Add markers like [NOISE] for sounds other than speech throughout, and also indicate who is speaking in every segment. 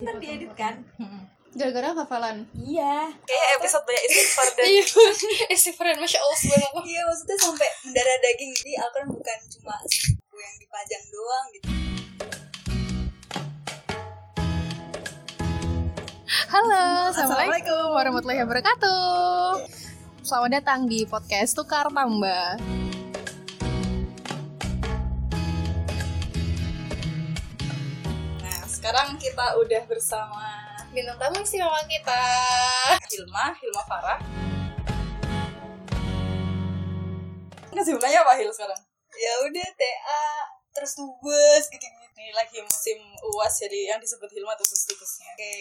Speaker 1: ntar diedit kan
Speaker 2: Gara-gara hafalan.
Speaker 1: iya
Speaker 3: Kayak episode banyak
Speaker 1: [LAUGHS]
Speaker 3: istighfar dan
Speaker 2: Iya, Estifaran Masya Allah subhanallah.
Speaker 1: iya maksudnya sampai mendarah daging jadi Al-Quran bukan cuma buku yang dipajang doang gitu
Speaker 2: Halo, Assalamualaikum warahmatullahi wabarakatuh. Selamat datang di podcast Tukar Tambah.
Speaker 1: nah sekarang kita udah bersama
Speaker 2: Bintang tamu istimewa kita.
Speaker 1: Hilma Hilma Farah Nggak sebenarnya apa Hil sekarang
Speaker 3: ya udah TA terus tubes gitu gitu.
Speaker 1: ini lagi musim uas jadi yang disebut Hilma tugas-tugasnya oke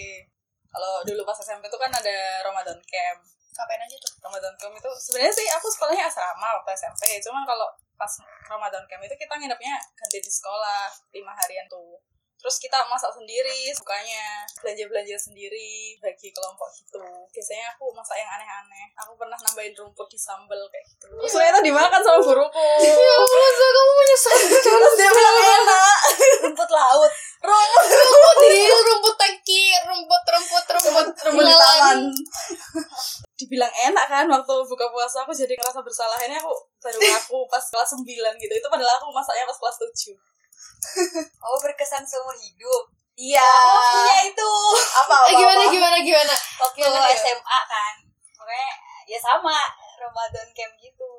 Speaker 1: kalau dulu pas SMP tuh kan ada Ramadan camp
Speaker 2: Ngapain aja tuh?
Speaker 1: Ramadan camp itu sebenarnya sih aku sekolahnya asrama waktu SMP cuman kalau pas Ramadan camp itu kita nginepnya ganti di sekolah lima harian tuh terus kita masak sendiri sukanya belanja belanja sendiri bagi kelompok gitu biasanya aku masak yang aneh-aneh aku pernah nambahin rumput di sambel kayak gitu terus ternyata dimakan sama
Speaker 2: [LAUGHS]
Speaker 1: guruku
Speaker 2: Ya Allah, Zah, kamu menyesal.
Speaker 1: terus dia bilang enak [LAUGHS] rumput laut rumput
Speaker 2: rumput hil, "Eh, rumput teki, rumput, rumput, rumput,
Speaker 1: rumput di
Speaker 2: ilalang.
Speaker 1: taman [LAUGHS] dibilang enak kan waktu buka puasa aku jadi ngerasa bersalah ini aku baru aku pas kelas 9 gitu itu padahal aku masaknya pas kelas 7
Speaker 3: oh berkesan seumur hidup
Speaker 1: iya
Speaker 3: iya itu
Speaker 1: apa apa,
Speaker 2: Eh, gimana,
Speaker 1: apa.
Speaker 2: gimana, gimana?
Speaker 3: waktu
Speaker 2: Gimana ya?
Speaker 3: SMA kan makanya ya sama Ramadan camp gitu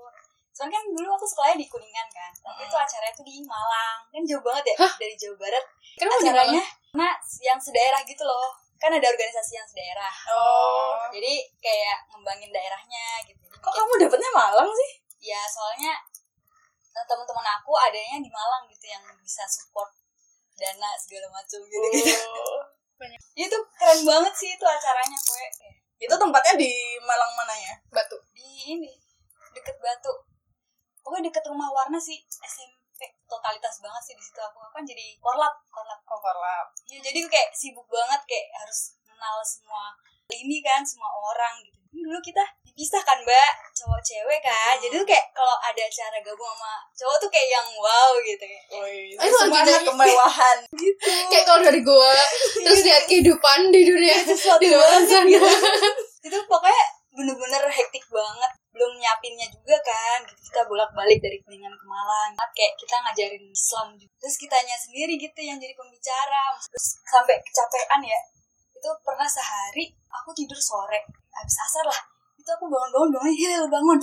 Speaker 3: soalnya kan dulu aku sekolahnya di Kuningan kan tapi itu acaranya tuh di Malang kan jauh banget ya dari Jawa Barat
Speaker 2: Kenapa Oh, di
Speaker 3: acaranya karena yang sedaerah gitu loh kan ada organisasi yang sedaerah
Speaker 1: oh
Speaker 3: jadi kayak ngembangin daerahnya gitu Jadi
Speaker 1: kok
Speaker 3: bikin-
Speaker 1: kamu dapetnya Malang [LAUGHS] sih
Speaker 3: ya soalnya eh, teman-teman aku adanya di Malang gitu yang bisa support dana segala macam gitu, gitu.
Speaker 1: Oh.
Speaker 3: itu keren banget sih itu acaranya gue
Speaker 1: itu tempatnya di Malang mana ya
Speaker 2: Batu.
Speaker 3: di ini deket Batu pokoknya deket rumah warna sih SMP totalitas banget sih di situ aku aku kan jadi korlap korlap
Speaker 1: Overlap
Speaker 3: ya jadi gue kayak sibuk banget kayak harus kenal semua ini kan semua orang gitu dulu kita dipisah kan mbak cowok cewek kan
Speaker 1: Hmm.
Speaker 3: jadi tuh kayak kalau ada acara gabung sama cowok tuh kayak yang wow gitu kayak
Speaker 1: Woi,
Speaker 2: Ah, itu
Speaker 1: semangat
Speaker 2: lagi-
Speaker 1: kemewahan
Speaker 2: Kayak kalau dari gua, terus lihat kehidupan di dunia
Speaker 3: sesuatu
Speaker 2: di luar
Speaker 3: banget
Speaker 2: sana.
Speaker 3: gitu. itu pokoknya bener-bener hektik banget belum nyiapinnya juga kan gitu kita bolak-balik dari Kuningan ke Malang Banget kayak kita ngajarin Islam juga terus kitanya sendiri gitu yang jadi pembicara terus sampai kecapean ya itu pernah sehari aku tidur sore habis asar lah itu aku bangun-bangun bangun hil bangun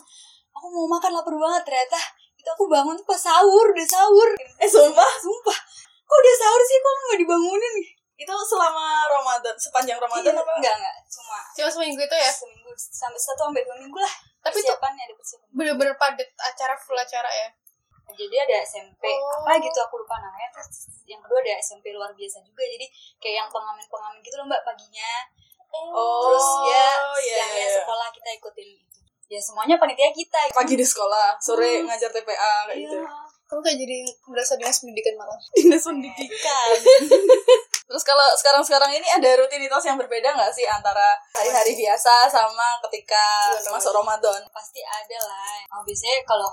Speaker 3: aku mau makan lapar banget ternyata itu aku bangun tuh pas sahur udah sahur
Speaker 1: eh sumpah
Speaker 3: sumpah kok udah sahur sih kok nggak dibangunin
Speaker 1: itu selama Ramadan sepanjang Ramadan
Speaker 3: Iya,
Speaker 1: apa
Speaker 3: enggak enggak cuma
Speaker 2: Cuma seminggu itu ya.
Speaker 3: seminggu sampai satu sampai dua minggu lah
Speaker 2: Tapi itu
Speaker 3: persiapannya ada persiapan
Speaker 2: bener-bener padat acara full acara ya.
Speaker 3: jadi ada SMP
Speaker 2: Oh.
Speaker 3: apa gitu aku lupa namanya terus yang kedua ada SMP luar biasa juga jadi kayak yang pengamen pengamen gitu loh mbak paginya
Speaker 1: Oh,
Speaker 3: terus ya
Speaker 1: iya,
Speaker 3: siangnya
Speaker 1: iya.
Speaker 3: sekolah kita ikutin gitu ya semuanya panitia kita gitu.
Speaker 1: pagi di sekolah sore
Speaker 3: Hmm.
Speaker 1: ngajar TPA kayak
Speaker 3: Iya.
Speaker 1: gitu
Speaker 2: Kamu kayak jadi berasa dinas pendidikan malah.
Speaker 1: dinas pendidikan Terus kalau sekarang-sekarang ini ada rutinitas yang berbeda nggak sih antara hari-hari biasa sama ketika
Speaker 2: Bulan
Speaker 1: masuk Ramadan?
Speaker 3: pasti ada lah oh, biasanya kalau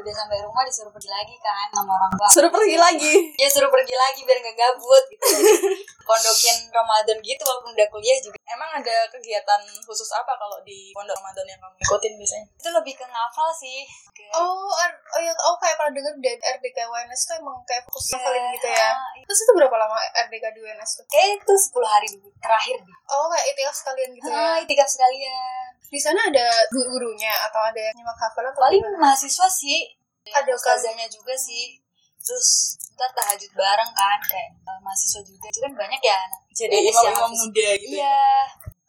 Speaker 3: udah sampai rumah disuruh pergi lagi kan sama orang tua
Speaker 1: Suruh pergi lagi.
Speaker 3: ya suruh pergi lagi biar nggak gabut gitu Jadi,
Speaker 1: [LAUGHS]
Speaker 3: pondokin Ramadan gitu walaupun udah kuliah juga
Speaker 1: Emang ada kegiatan khusus apa kalau di pondok Ramadan yang kamu ikutin biasanya?
Speaker 3: itu lebih ke ngafal sih Ke-
Speaker 2: Oh, R- oh ya, oh kayak pernah denger dan RDK UNS tuh emang kayak
Speaker 3: Iya.
Speaker 2: fokus ngafalin gitu ya.
Speaker 3: Ah,
Speaker 2: Terus itu berapa lama RDK di UNS tuh?
Speaker 3: kayak itu 10 hari dulu, terakhir deh.
Speaker 2: Oh, kayak itikaf sekalian
Speaker 1: Hmm.
Speaker 2: gitu
Speaker 3: Ah,
Speaker 2: ya.
Speaker 3: itikaf sekalian.
Speaker 2: Di sana ada guru-gurunya atau ada yang nyimak hafalan atau
Speaker 3: Paling
Speaker 2: gimana?
Speaker 3: mahasiswa sih,
Speaker 2: ada kajian.
Speaker 3: ustazahnya juga sih. Terus ntar tahajud bareng kan kayak eh, mahasiswa juga. Itu kan banyak ya anak.
Speaker 1: Jadi
Speaker 3: Ada
Speaker 1: imam-imam
Speaker 3: siapa sih?
Speaker 1: muda gitu. ya?
Speaker 3: Iya.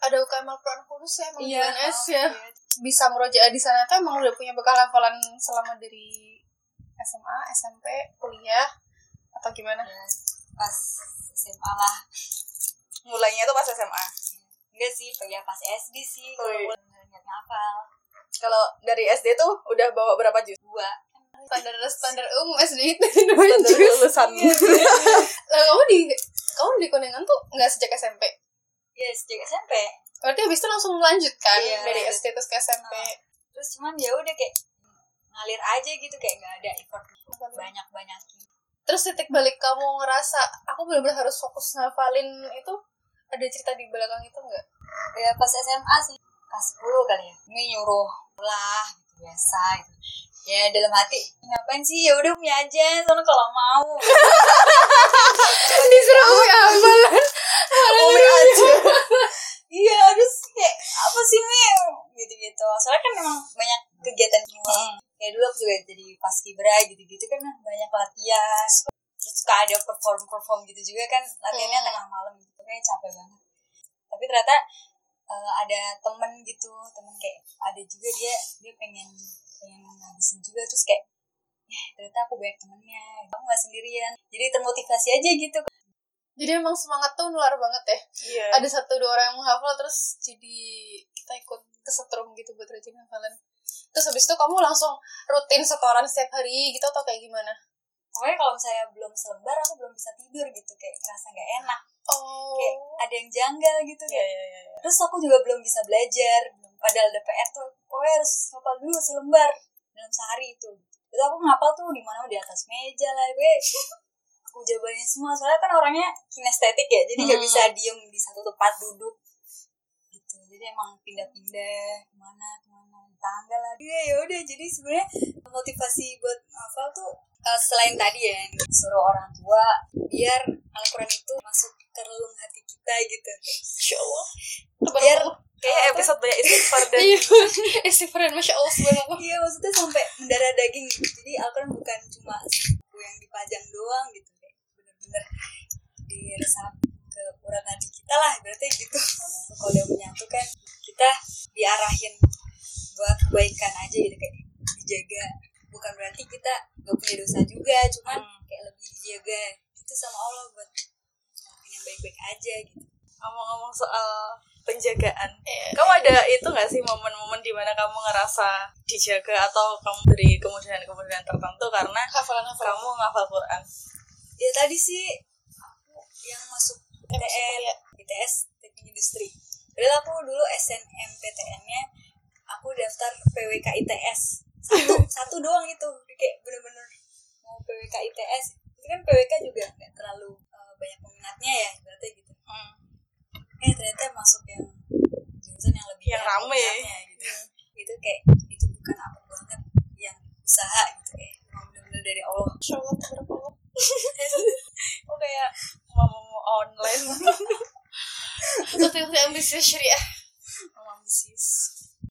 Speaker 2: Ada UKM Al-Quran khusus ya, emang di
Speaker 1: Iya.
Speaker 2: UNS ya.
Speaker 3: Iya.
Speaker 2: Bisa merojaah di sana tuh emang udah punya bekal hafalan selama dari SMA, SMP, kuliah atau gimana?
Speaker 3: Dan Pas SMA lah.
Speaker 1: Mulainya tuh pas SMA.
Speaker 3: Enggak sih, ya pas SD sih.
Speaker 1: Oh, iya.
Speaker 3: Kalau bener-bener ngapal.
Speaker 1: Kalau dari SD tuh udah bawa berapa juz?
Speaker 3: Dua.
Speaker 2: Standar standar umum SD itu [LAUGHS] dua
Speaker 1: Standar
Speaker 2: juz.
Speaker 1: lulusan. [LAUGHS]
Speaker 2: Lah kamu di kamu di Kuningan tuh nggak sejak SMP?
Speaker 3: Ya, sejak SMP.
Speaker 2: Berarti habis itu langsung lanjut kan
Speaker 3: Iya,
Speaker 2: dari
Speaker 3: lanjut. Nah.
Speaker 2: SD terus ke SMP.
Speaker 3: Terus cuman ya udah kayak ngalir aja gitu kayak nggak ada effort
Speaker 1: Oh,
Speaker 3: banyak-banyak
Speaker 2: Terus titik balik kamu ngerasa aku benar-benar harus fokus ngafalin itu ada cerita di belakang itu enggak?
Speaker 3: ya pas SMA sih kelas 10 kali ya ini nyuruh lah gitu biasa gitu ya dalam hati ngapain sih ya udah punya aja soalnya kalau mau
Speaker 2: Disuruh gue ambalan.
Speaker 3: umi aja [LAUGHS] iya terus kayak apa sih mi gitu gitu soalnya kan memang banyak kegiatan semua ya dulu aku juga jadi paskibra gitu gitu kan banyak latihan terus suka ada perform perform gitu juga kan latihannya
Speaker 2: Hmm.
Speaker 3: tengah malam gitu kayak capek banget tapi ternyata eh, ada temen gitu temen kayak ada juga dia dia pengen pengen ngabisin juga terus kayak "Yah, ternyata aku banyak temennya aku nggak sendirian jadi termotivasi aja gitu
Speaker 2: Jadi emang semangat tuh nular banget ya.
Speaker 1: Iya.
Speaker 2: Ada satu dua orang yang menghafal terus jadi kita ikut kesetrum gitu buat rajin hafalan. Terus habis itu kamu langsung rutin setoran setiap hari gitu atau kayak gimana?
Speaker 3: pokoknya kalau misalnya belum selebar aku belum bisa tidur gitu kayak ngerasa nggak enak
Speaker 2: Oh.
Speaker 3: kayak ada yang janggal gitu
Speaker 1: Iya,
Speaker 3: kayak
Speaker 1: iya, iya. iya.
Speaker 3: terus aku juga belum bisa belajar belum padahal ada PR tuh pokoknya harus ngapal dulu selembar dalam sehari itu terus aku ngapal tuh di mana di atas meja lah gue [LAUGHS] aku jawabannya semua soalnya kan orangnya kinestetik ya jadi nggak
Speaker 2: Hmm.
Speaker 3: bisa diem di satu tempat duduk gitu jadi emang pindah-pindah kemana kemana di tangga lah Iya, ya udah jadi sebenarnya motivasi buat ngapal tuh eh, selain tadi ya yang suruh orang tua biar Al-Quran itu masuk ke relung hati kita gitu Insya Allah biar
Speaker 1: Kayak episode banyak istighfar dan
Speaker 2: Oh. Iya. [LAUGHS] Istighfarin masya Allah subhanallah.
Speaker 3: Iya maksudnya sampai mendarah daging gitu. Jadi Al-Quran bukan cuma buku yang dipajang doang gitu kayak bener-bener diresap ke urat nadi kita lah berarti gitu. [LAUGHS] Kalau udah menyatu kan kita diarahin buat kebaikan aja gitu kayak dijaga. Bukan berarti kita gak punya dosa juga, cuman
Speaker 1: Hmm.
Speaker 3: kayak lebih dijaga gitu sama Allah buat ngelakuin yang baik-baik aja gitu.
Speaker 1: ngomong-ngomong soal penjagaan.
Speaker 3: Iya.
Speaker 1: Kamu ada itu nggak sih momen-momen di mana kamu ngerasa dijaga atau kamu beri kemudahan-kemudahan tertentu karena
Speaker 2: Hafalan hafalan.
Speaker 1: kamu ngafal Quran?
Speaker 3: Ya tadi sih aku yang masuk
Speaker 2: Emang
Speaker 3: ITN,
Speaker 2: iya.
Speaker 3: ITS Teknik Industri. Padahal aku dulu SNMPTN-nya aku daftar PWK ITS.
Speaker 1: [LAUGHS]
Speaker 3: Satu, satu doang itu. Kayak bener-bener mau PWK ITS. Itu kan PWK juga nggak terlalu eh, banyak peminatnya ya, berarti gitu.
Speaker 1: Hmm.
Speaker 3: Eh ternyata masuk yang jurusan yang lebih
Speaker 1: Yang
Speaker 3: banyak
Speaker 1: rame. Iya.
Speaker 3: peminatnya gitu. Itu kayak itu bukan apa banget yang usaha gitu kayak emang bener-bener dari Allah.
Speaker 2: Masya Allah tabarakallah.
Speaker 1: Oh kayak mau [LAUGHS] online,
Speaker 2: Waktu-waktu ambisius syariah.
Speaker 1: mau ambisius.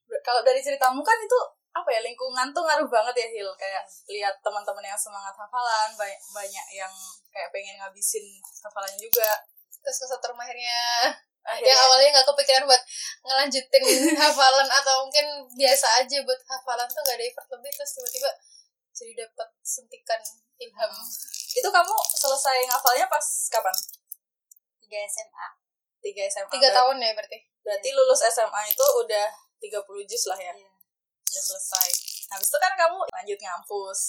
Speaker 1: Ber- Kalau dari ceritamu kan itu apa ya lingkungan tuh ngaruh banget ya Hil kayak lihat teman-teman yang semangat hafalan banyak banyak yang kayak pengen ngabisin hafalannya juga Ya,
Speaker 2: Terus kesetrum akhirnya
Speaker 1: akhirnya
Speaker 2: yang awalnya nggak kepikiran buat ngelanjutin hafalan atau mungkin biasa aja buat hafalan tuh gak ada effort lebih terus tiba-tiba jadi dapat suntikan ilham
Speaker 1: itu kamu selesai ngafalnya pas kapan
Speaker 3: 3 SMA.
Speaker 1: tiga SMA
Speaker 2: tiga
Speaker 1: Ber-
Speaker 2: tahun ya berarti
Speaker 1: berarti lulus SMA itu udah 30 juz lah ya
Speaker 3: Iya.
Speaker 1: udah selesai habis itu kan kamu lanjut ngampus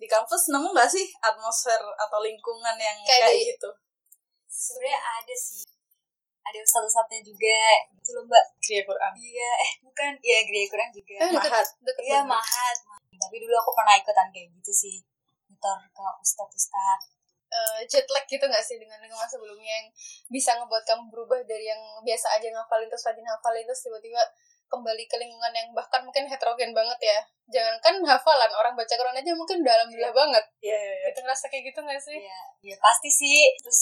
Speaker 1: di kampus nemu nggak sih atmosfer atau lingkungan yang
Speaker 2: Kayak
Speaker 1: kayak,
Speaker 2: di-
Speaker 1: gitu
Speaker 3: Sebenarnya ada sih. Ada satu-satunya juga. Itu lomba
Speaker 1: Iya Quran
Speaker 3: Iya, eh bukan. Iya, Gria Kurang juga.
Speaker 2: eh deket
Speaker 1: Mahat.
Speaker 2: deket
Speaker 3: Iya,
Speaker 2: banget.
Speaker 3: mahat. Tapi dulu aku pernah ikutan kayak gitu sih. Ntar ke ustad-ustad.
Speaker 2: Eh, jet lag gitu gak sih dengan lingkungan sebelumnya yang bisa ngebuat kamu berubah dari yang biasa aja ngafalin terus rajin hafalin terus tiba-tiba kembali ke lingkungan yang bahkan mungkin heterogen banget ya jangankan hafalan orang baca Quran aja mungkin udah alhamdulillah banget
Speaker 1: Iya, iya, iya.
Speaker 2: gitu ngerasa kayak gitu gak sih
Speaker 3: Iya, iya pasti sih. Terus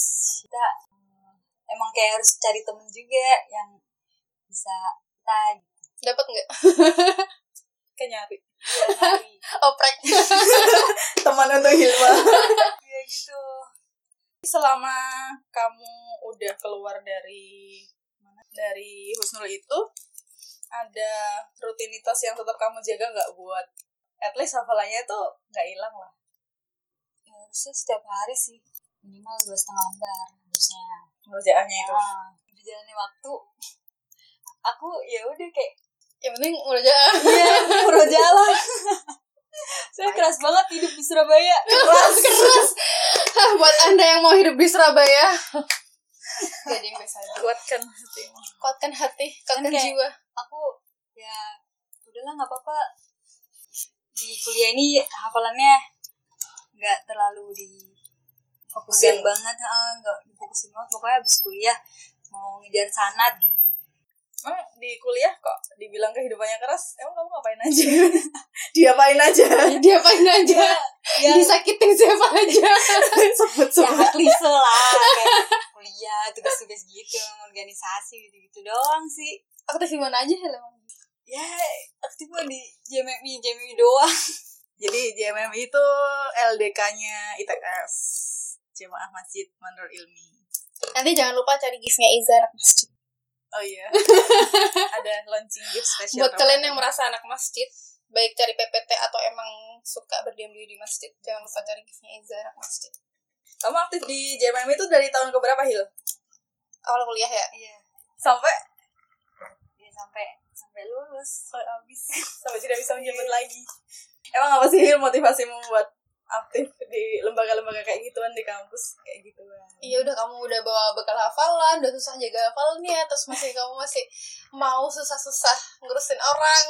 Speaker 3: kita mm, emang kayak harus cari temen juga yang bisa kita
Speaker 2: dapat nggak [LAUGHS]
Speaker 1: Kayak nyari.
Speaker 3: iya, nyari.
Speaker 2: oprek
Speaker 1: Teman untuk Hilma. [LAUGHS]
Speaker 3: Iya gitu.
Speaker 1: Selama kamu udah keluar dari mana? dari Husnul itu, ada rutinitas yang tetap kamu jaga nggak buat at least hafalannya itu nggak hilang lah.
Speaker 3: Ya, harusnya setiap hari sih. Minimal dua setengah lembar harusnya.
Speaker 1: Ngerjaannya itu.
Speaker 3: Nah, berjalannya waktu aku ya udah kayak
Speaker 2: yang penting udah jalan
Speaker 3: Iya, Purwojala. Saya keras banget hidup di Surabaya. Keras.
Speaker 2: Hah, [LAUGHS] buat anda yang mau hidup di Surabaya jadi yang biasa aja.
Speaker 1: Kuatkan hatimu.
Speaker 2: kuatkan hati kuatkan
Speaker 3: Oke.
Speaker 2: jiwa
Speaker 3: Aku ya udahlah nggak apa-apa. Di kuliah ini hafalannya nggak terlalu di
Speaker 1: Fokusin.
Speaker 3: banget, eh, nggak difokusin banget. Pokoknya abis kuliah mau mengejar sanat gitu
Speaker 1: Emang di kuliah kok dibilang kehidupannya keras, emang kamu ngapain aja?
Speaker 3: Iya,
Speaker 1: Diapain aja?
Speaker 2: diapain aja
Speaker 3: ya,
Speaker 2: disakitin siapa [LAUGHS] aja
Speaker 1: sebut
Speaker 3: ya klise lah kayak
Speaker 1: [LAUGHS]
Speaker 3: kuliah tugas-tugas gitu organisasi gitu-gitu doang sih
Speaker 2: aktif di mana aja Helen
Speaker 3: ya aktif lah di JMMI JMMI doang
Speaker 1: [LAUGHS] Jadi JMM itu LDK-nya ITS. Jemaah Masjid Mandor Ilmi.
Speaker 2: nanti jangan lupa cari gisnya Iza anak masjid
Speaker 1: Oh iya. [LAUGHS] Ada launching gift special.
Speaker 2: buat kalian yang merasa anak masjid baik cari PPT atau emang suka berdiam diri di masjid jangan lupa cari gisnya Iza anak masjid
Speaker 1: Kamu aktif di JMM itu dari tahun ke berapa, Hil?
Speaker 2: awal kuliah ya
Speaker 3: iya
Speaker 1: Sampai
Speaker 3: ya, sampai sampai lulus
Speaker 1: oh, habis. Sampai tidak bisa menjabat lagi. Emang apa sih Hil motivasimu buat aktif di lembaga-lembaga kayak gituan di kampus kayak gitu kan. gituan?
Speaker 2: Iya udah kamu udah bawa bekal hafalan, udah susah jaga hafalannya, terus masih kamu masih mau susah-susah ngurusin orang.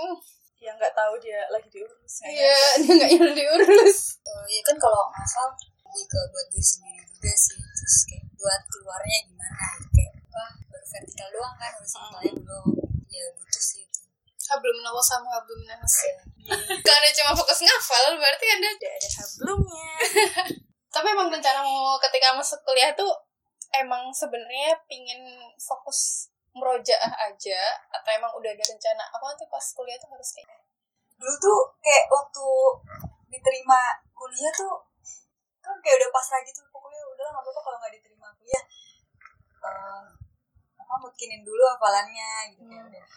Speaker 1: Yang nggak tahu dia lagi diurus. nggak
Speaker 2: Iya, [LAUGHS] dia nggak nyuruh diurus.
Speaker 3: Eh, ya kan kalau ngasal lebih ke buat diri sendiri juga sih terus kayak buat keluarnya gimana gitu. kayak wah baru vertikal doang kan harus
Speaker 1: Hmm.
Speaker 3: mulai belum ya butuh sih itu
Speaker 2: Hablum nawas sama hablum nanas ya.
Speaker 1: Iya.
Speaker 2: Kalau anda cuma fokus ngafal, berarti anda
Speaker 1: Tidak ada sebelumnya.
Speaker 2: tapi emang rencana mau ketika masuk kuliah tuh emang sebenarnya pingin fokus merojaah aja atau emang udah ada rencana apa nanti pas kuliah tuh harus kayak gitu.
Speaker 3: dulu tuh kayak waktu diterima kuliah tuh kan kayak udah pasrah gitu pokoknya udah nggak apa-apa kalau nggak diterima kuliah Eh, apa mungkinin dulu hafalannya gitu ya udah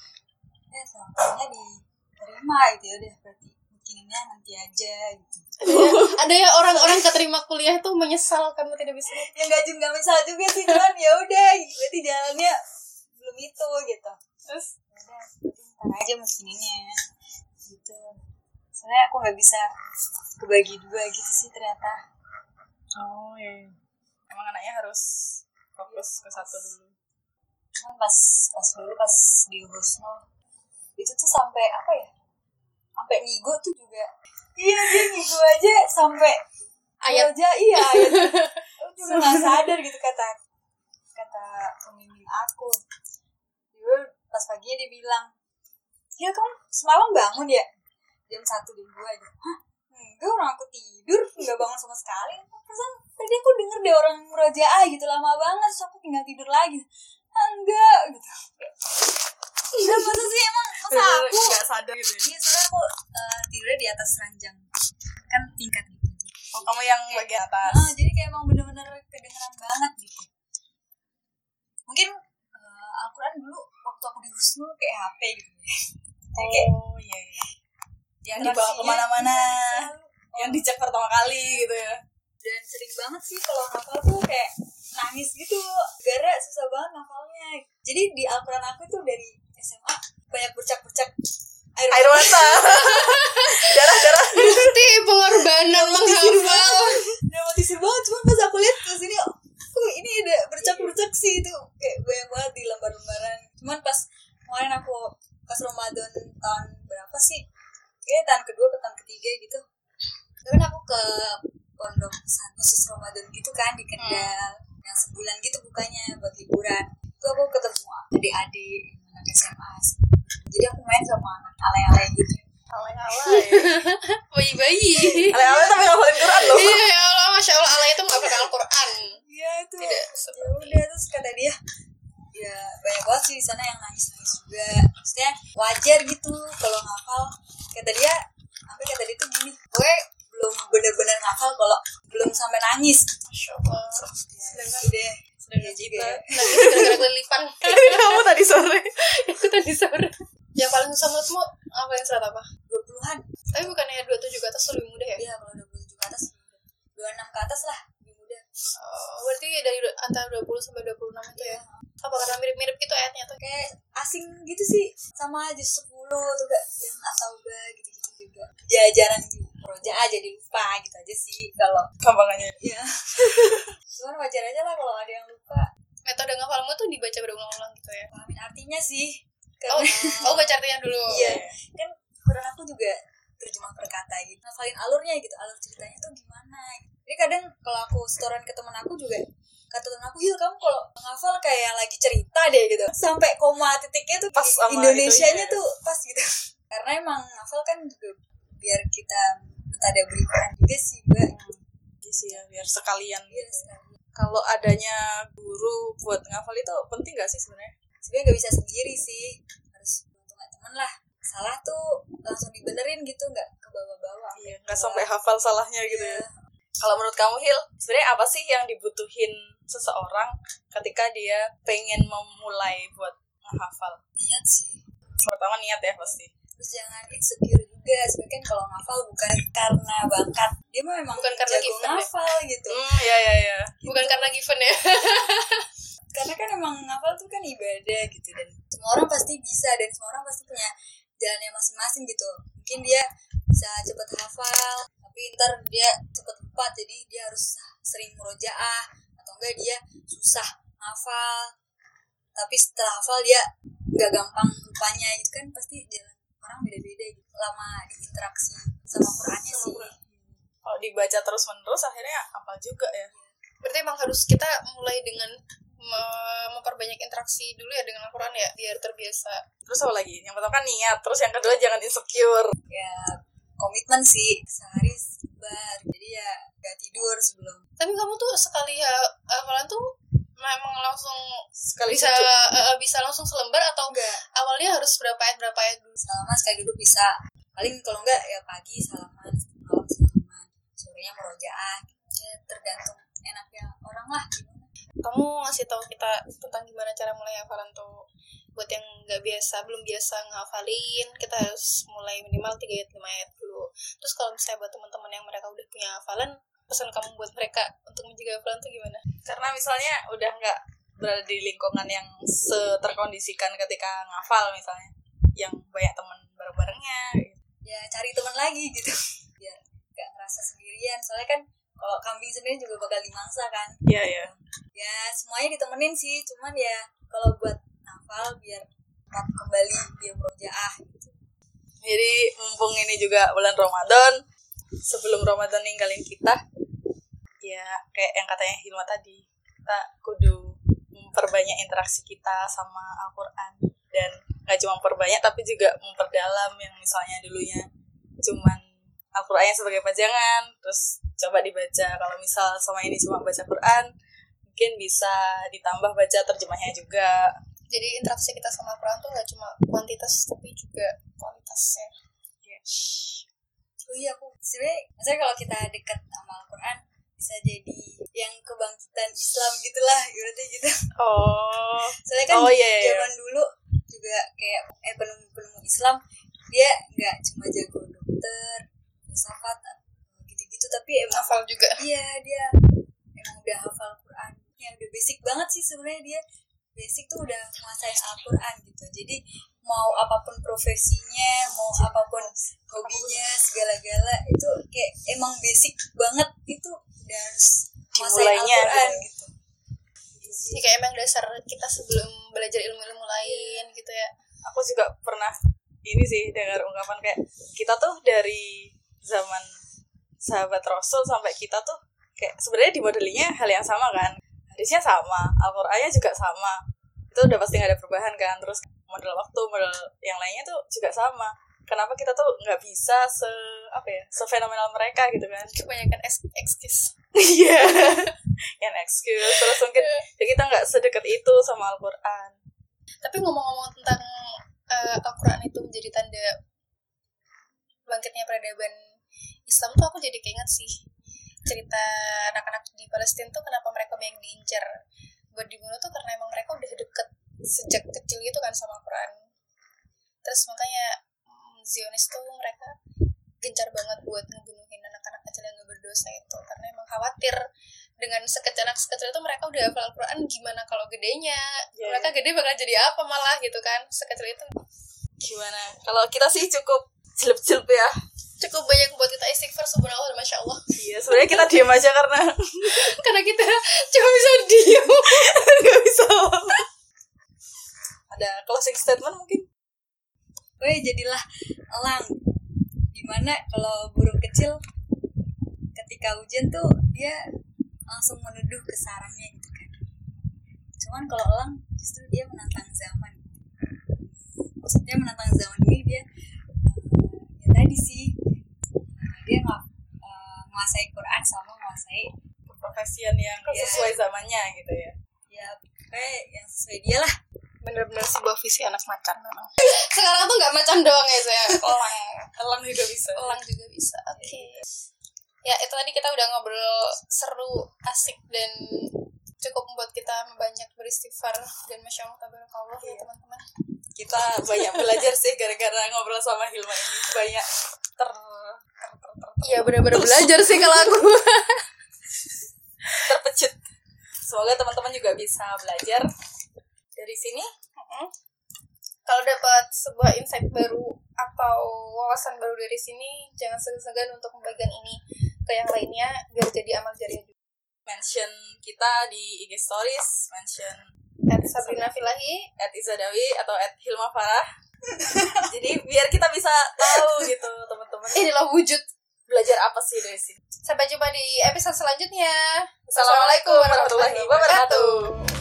Speaker 3: ya selamanya diterima gitu ya udah berarti mungkininnya nanti aja gitu
Speaker 2: ada ya, ada ya orang-orang keterima kuliah tuh menyesal karena tidak bisa
Speaker 3: ya nggak juga nggak misal juga sih cuman ya udah berarti jalannya belum itu gitu
Speaker 2: terus
Speaker 3: udah ntar aja mesinnya gitu soalnya aku nggak bisa kebagi dua gitu sih ternyata
Speaker 1: Oh iya. Emang anaknya harus fokus ke satu dulu.
Speaker 3: cuman pas pas dulu pas di Husnul itu tuh sampai apa ya sampai ngigo tuh juga iya dia ngigo aja sampai
Speaker 2: ayat
Speaker 3: aja
Speaker 1: [LAUGHS]
Speaker 3: iya ayat aku juga nggak sadar gitu kata kata pembimbing aku dulu pas paginya dia bilang ya kamu semalam bangun ya jam satu jam dua aja hah enggak orang aku tidur nggak bangun sama sekali Perasaan tadi aku denger deh orang murojaah gitu lama banget terus aku tinggal tidur lagi ah, enggak gitu enggak masa sih emang masa
Speaker 1: Bener-bener
Speaker 3: aku
Speaker 1: nggak sadar gitu ya.
Speaker 3: iya soalnya aku eh, tidurnya di atas ranjang kan tingkat gitu
Speaker 1: Oh, kamu yang bagian atas.
Speaker 3: Ah, jadi kayak emang bener-bener kedengeran banget gitu. Mungkin eh, Al-Quran dulu waktu aku di Husnul kayak HP gitu ya. Kayak
Speaker 1: Oh iya iya. Yang dibawa
Speaker 3: interaksinya,
Speaker 1: kemana-mana,
Speaker 3: iya, selalu.
Speaker 1: yang dicek pertama kali gitu ya.
Speaker 3: Dan sering banget sih kalau hafal tuh kayak nangis gitu. Gara susah banget hafalnya. Jadi di Al-Quran aku tuh dari SMA banyak bercak-bercak air,
Speaker 1: Air [LAUGHS] mata, darah darah.
Speaker 2: bukti pengorbanan menghafal
Speaker 3: dramatisir banget cuma pas aku lihat ke sini oh ini ada bercak-bercak sih itu kayak banyak banget di lembar-lembaran cuman pas kemarin aku pas Ramadan tahun berapa sih kayak tahun kedua ke tahun ketiga gitu tapi aku ke pondok pesantren khusus Ramadan gitu kan di Kendal yang sebulan gitu bukanya buat liburan itu aku ketemu adik-adik yang anak SMA jadi aku main sama anak alay-alay gitu
Speaker 2: bayi-bayi
Speaker 1: Ale-ale tapi ngafalin Quran loh.
Speaker 2: Oh, iya ya Allah masya Allah Allah itu menghafal Al-Quran
Speaker 3: Iya itu.
Speaker 2: Tidak
Speaker 3: ya udah terus kata dia ya banyak banget sih di sana yang nangis nangis juga maksudnya wajar gitu kalau ngafal kata dia sampai kata dia tuh gini gue belum bener-bener ngafal kalau belum sampai nangis
Speaker 2: masya Allah
Speaker 3: sedangkan deh sedangkan juga ya.
Speaker 2: nah itu gara-gara [LAUGHS] kelilipan
Speaker 1: Kamu tadi sore.
Speaker 2: aku tadi sore yang Ya, paling susah menurutmu apa yang surat apa
Speaker 3: 20-an
Speaker 2: tapi bukannya 27 ke atas tuh lebih mudah ya
Speaker 3: ya kalau 27 ke atas 26 ke atas lah lebih mudah
Speaker 2: Oh, berarti dari du- antara 20 sampai 26 itu ya? Apa karena mirip-mirip gitu ayatnya tuh?
Speaker 3: kayak asing gitu sih sama aja 10 tuh gak yang atau gak gitu-gitu juga jajaran roja aja di lupa gitu aja sih kalau
Speaker 1: Gampangannya.
Speaker 3: ya cuman wajar aja lah kalau ada yang lupa
Speaker 2: Metode ngafalmu tuh dibaca berulang-ulang gitu ya?
Speaker 3: pahamin artinya sih
Speaker 2: Oh, [LAUGHS]
Speaker 3: karena
Speaker 2: oh baca artinya dulu.
Speaker 3: iya kan Quran aku juga terjemah per kata gitu ngafalin alurnya gitu alur ceritanya tuh gimana gitu. jadi kadang kalau aku setoran ke teman aku juga kata temen aku Hil kamu kalau ngafal kayak lagi cerita deh gitu sampai koma titiknya tuh
Speaker 1: Pas
Speaker 3: pas
Speaker 1: sama
Speaker 3: Indonesianya
Speaker 1: itunya.
Speaker 3: tuh pas gitu [LAUGHS] karena emang ngafal kan juga biar kita mentadaburikan juga sih mbak
Speaker 1: Iya sih ya, biar sekalian
Speaker 3: Iya,
Speaker 1: gitu.
Speaker 3: sekali.
Speaker 1: Kalau adanya guru buat ngafal itu penting gak sih sebenarnya?
Speaker 3: sebenarnya nggak bisa sendiri sih harus bantu teman lah salah tuh langsung dibenerin gitu nggak ke bawah-bawah
Speaker 1: Iya, nggak sampai hafal salahnya gitu ya. Kalau menurut kamu Hil, sebenarnya apa sih yang dibutuhin seseorang ketika dia pengen memulai buat menghafal?
Speaker 3: niat sih
Speaker 1: Pertama niat ya pasti.
Speaker 3: terus jangan insecure juga sebenarnya kan kalau ngafal bukan karena bakat dia mah memang
Speaker 2: Bukan karena
Speaker 3: jago
Speaker 2: given ya?
Speaker 3: ngafal gitu
Speaker 1: [LAUGHS] Hmm, ya ya ya.
Speaker 2: Bukan karena given ya.
Speaker 3: karena kan emang ngafal tuh kan ibadah gitu dan semua orang pasti bisa dan semua orang pasti punya jalannya masing-masing gitu mungkin dia bisa cepet hafal tapi ntar dia cepet lupa jadi dia harus sering murojaah atau enggak dia susah hafal tapi setelah hafal dia nggak gampang lupanya gitu kan pasti jalan orang beda-beda gitu lama diinteraksi sama Qurannya sih
Speaker 1: Kalau dibaca terus-menerus akhirnya apa juga ya?
Speaker 2: Berarti emang harus kita mulai dengan me- memperbanyak interaksi dulu ya dengan Al-Quran ya biar terbiasa.
Speaker 1: Terus apa lagi? Yang pertama kan niat, terus yang kedua jangan insecure.
Speaker 3: ya komitmen sih sehari sebar jadi ya nggak tidur sebelum
Speaker 2: Tapi kamu tuh sekali ya hafalan tuh memang langsung
Speaker 1: Sekali
Speaker 2: bisa
Speaker 1: cucuk.
Speaker 2: eh, eh, bisa langsung selembar atau
Speaker 3: enggak
Speaker 2: awalnya harus berapa ayat berapa ayat dulu?
Speaker 3: salaman sekali duduk bisa paling kalau enggak ya pagi salaman malam salaman sorenya merojaah ya tergantung enaknya orang lah gimana
Speaker 2: Kamu ngasih tahu kita tentang gimana cara mulai hafalan tuh buat yang nggak biasa belum biasa ngafalin kita harus mulai minimal 3 ayat 5 ayat dulu terus kalau misalnya buat teman-teman yang mereka udah punya hafalan pesan kamu buat mereka untuk menjaga hafalan tuh gimana?
Speaker 1: Karena misalnya udah nggak berada di lingkungan yang seterkondisikan ketika ngafal misalnya, yang banyak teman bareng-barengnya.
Speaker 3: ya cari teman lagi gitu [LAUGHS] biar nggak ngerasa sendirian soalnya kan kalau kambing sendiri juga bakal dimangsa kan
Speaker 1: Iya ya.
Speaker 3: ya semuanya ditemenin sih cuman ya kalau buat nafal biar tetap kembali dia merojaah gitu
Speaker 1: Jadi mumpung ini juga bulan Ramadan, sebelum Ramadan ninggalin kita, ya kayak yang katanya Hilma tadi, kita kudu memperbanyak interaksi kita sama Al-Quran. Dan nggak cuma memperbanyak, tapi juga memperdalam yang misalnya dulunya cuman Al-Qurannya sebagai pajangan, terus coba dibaca. Kalau misal sama ini cuma baca Quran, mungkin bisa ditambah baca terjemahnya juga.
Speaker 2: jadi interaksi kita sama Al-Quran tuh nggak cuma kuantitas tapi juga kualitasnya
Speaker 3: Oh iya aku sebenarnya maksudnya kalau kita dekat sama Al-Quran bisa jadi yang kebangkitan Islam gitulah ibaratnya gitu.
Speaker 1: Oh,
Speaker 3: Soalnya kan
Speaker 1: Oh, iya, iya, iya.
Speaker 3: zaman dulu juga kayak eh penemu-penemu Islam dia nggak cuma jago dokter, filsafat gitu-gitu tapi emang
Speaker 2: hafal juga
Speaker 3: iya dia emang udah hafal Quran ya udah basic banget sih sebenarnya dia basic tuh udah menguasai Al-Quran gitu jadi mau apapun profesinya mau apapun hobinya segala-gala itu kayak emang basic banget itu udah harus menguasai
Speaker 1: Dimulainya
Speaker 3: Al-Quran
Speaker 1: gitu.
Speaker 3: gitu
Speaker 2: jadi kayak emang dasar kita sebelum belajar ilmu-ilmu lain gitu ya
Speaker 1: aku juga pernah ini sih dengar ungkapan kayak kita tuh dari zaman sahabat Rasul sampai kita tuh kayak sebenarnya di modelingnya hal yang sama kan hadisnya sama Al-Qur'annya juga sama itu udah pasti nggak ada perubahan kan terus model waktu model yang lainnya tuh juga sama kenapa kita tuh nggak bisa se apa ya sefenomenal mereka gitu kan [LAUGHS]
Speaker 2: kebanyakan es- ekskis
Speaker 1: iya yang excuse terus mungkin ya kita nggak sedekat itu sama Al-Qur'an
Speaker 2: tapi ngomong-ngomong tentang eh, Al-Quran itu menjadi tanda bangkitnya peradaban Islam tuh aku jadi keinget sih cerita anak-anak di Palestina tuh kenapa mereka banyak diincar buat dibunuh tuh karena emang mereka udah deket sejak kecil gitu kan sama Al-Quran terus makanya mm, Zionis tuh mereka gencar banget buat ngebunuhin anak-anak kecil yang gak berdosa itu karena emang khawatir dengan sekecil anak sekecil itu mereka udah hafal Al-Quran gimana kalau gedenya
Speaker 1: Iya,
Speaker 2: mereka gede bakal jadi apa malah gitu kan sekecil itu
Speaker 1: gimana kalau kita sih cukup jelep-jelep ya
Speaker 2: cukup banyak buat kita istighfar subhanallah dan masya Allah
Speaker 1: Iya, sebenarnya kita diem aja karena [LAUGHS]
Speaker 2: karena kita [LAUGHS] cuma bisa diem
Speaker 1: nggak bisa. Ada closing statement mungkin?
Speaker 3: Weh jadilah elang Dimana kalau burung kecil ketika hujan tuh dia langsung menuduh ke sarangnya gitu kan cuman kalau elang justru dia menantang zaman maksudnya menantang zaman ini dia eh, ya tadi sih eh, dia nggak eh, menguasai Quran sama menguasai
Speaker 1: profesian yang
Speaker 2: Iya.
Speaker 1: sesuai zamannya gitu ya
Speaker 3: ya kayak yang sesuai dia lah
Speaker 2: Bener-bener sebuah visi anak macan memang. Sekarang tuh nggak macan doang ya, saya. Orang.
Speaker 1: elang juga bisa
Speaker 2: Elang juga bisa. Oke. Ya, itu tadi kita udah ngobrol seru, asik dan cukup membuat kita banyak beristighfar dan masya Allah tabarakallah ya teman-teman.
Speaker 1: kita banyak belajar sih gara-gara ngobrol sama Hilma ini banyak ter ter, ter, ter-
Speaker 2: Iya benar-benar belajar sih kalau aku.
Speaker 1: terpecut semoga teman-teman juga bisa belajar dari sini
Speaker 2: [LAUGHS] kalau dapat sebuah insight baru atau wawasan baru dari sini, jangan segan-segan untuk membagikan ini ke yang lainnya biar jadi amal jariah juga.
Speaker 1: mention kita di IG Stories mention
Speaker 2: At Sabrina Filahi,
Speaker 1: at Izadawi atau at Hilma Farah [LAUGHS] jadi biar kita bisa tahu gitu teman-teman
Speaker 2: inilah wujud.
Speaker 1: belajar apa sih dari sini
Speaker 2: Sampai jumpa di episode selanjutnya.
Speaker 1: Assalamualaikum warahmatullahi wabarakatuh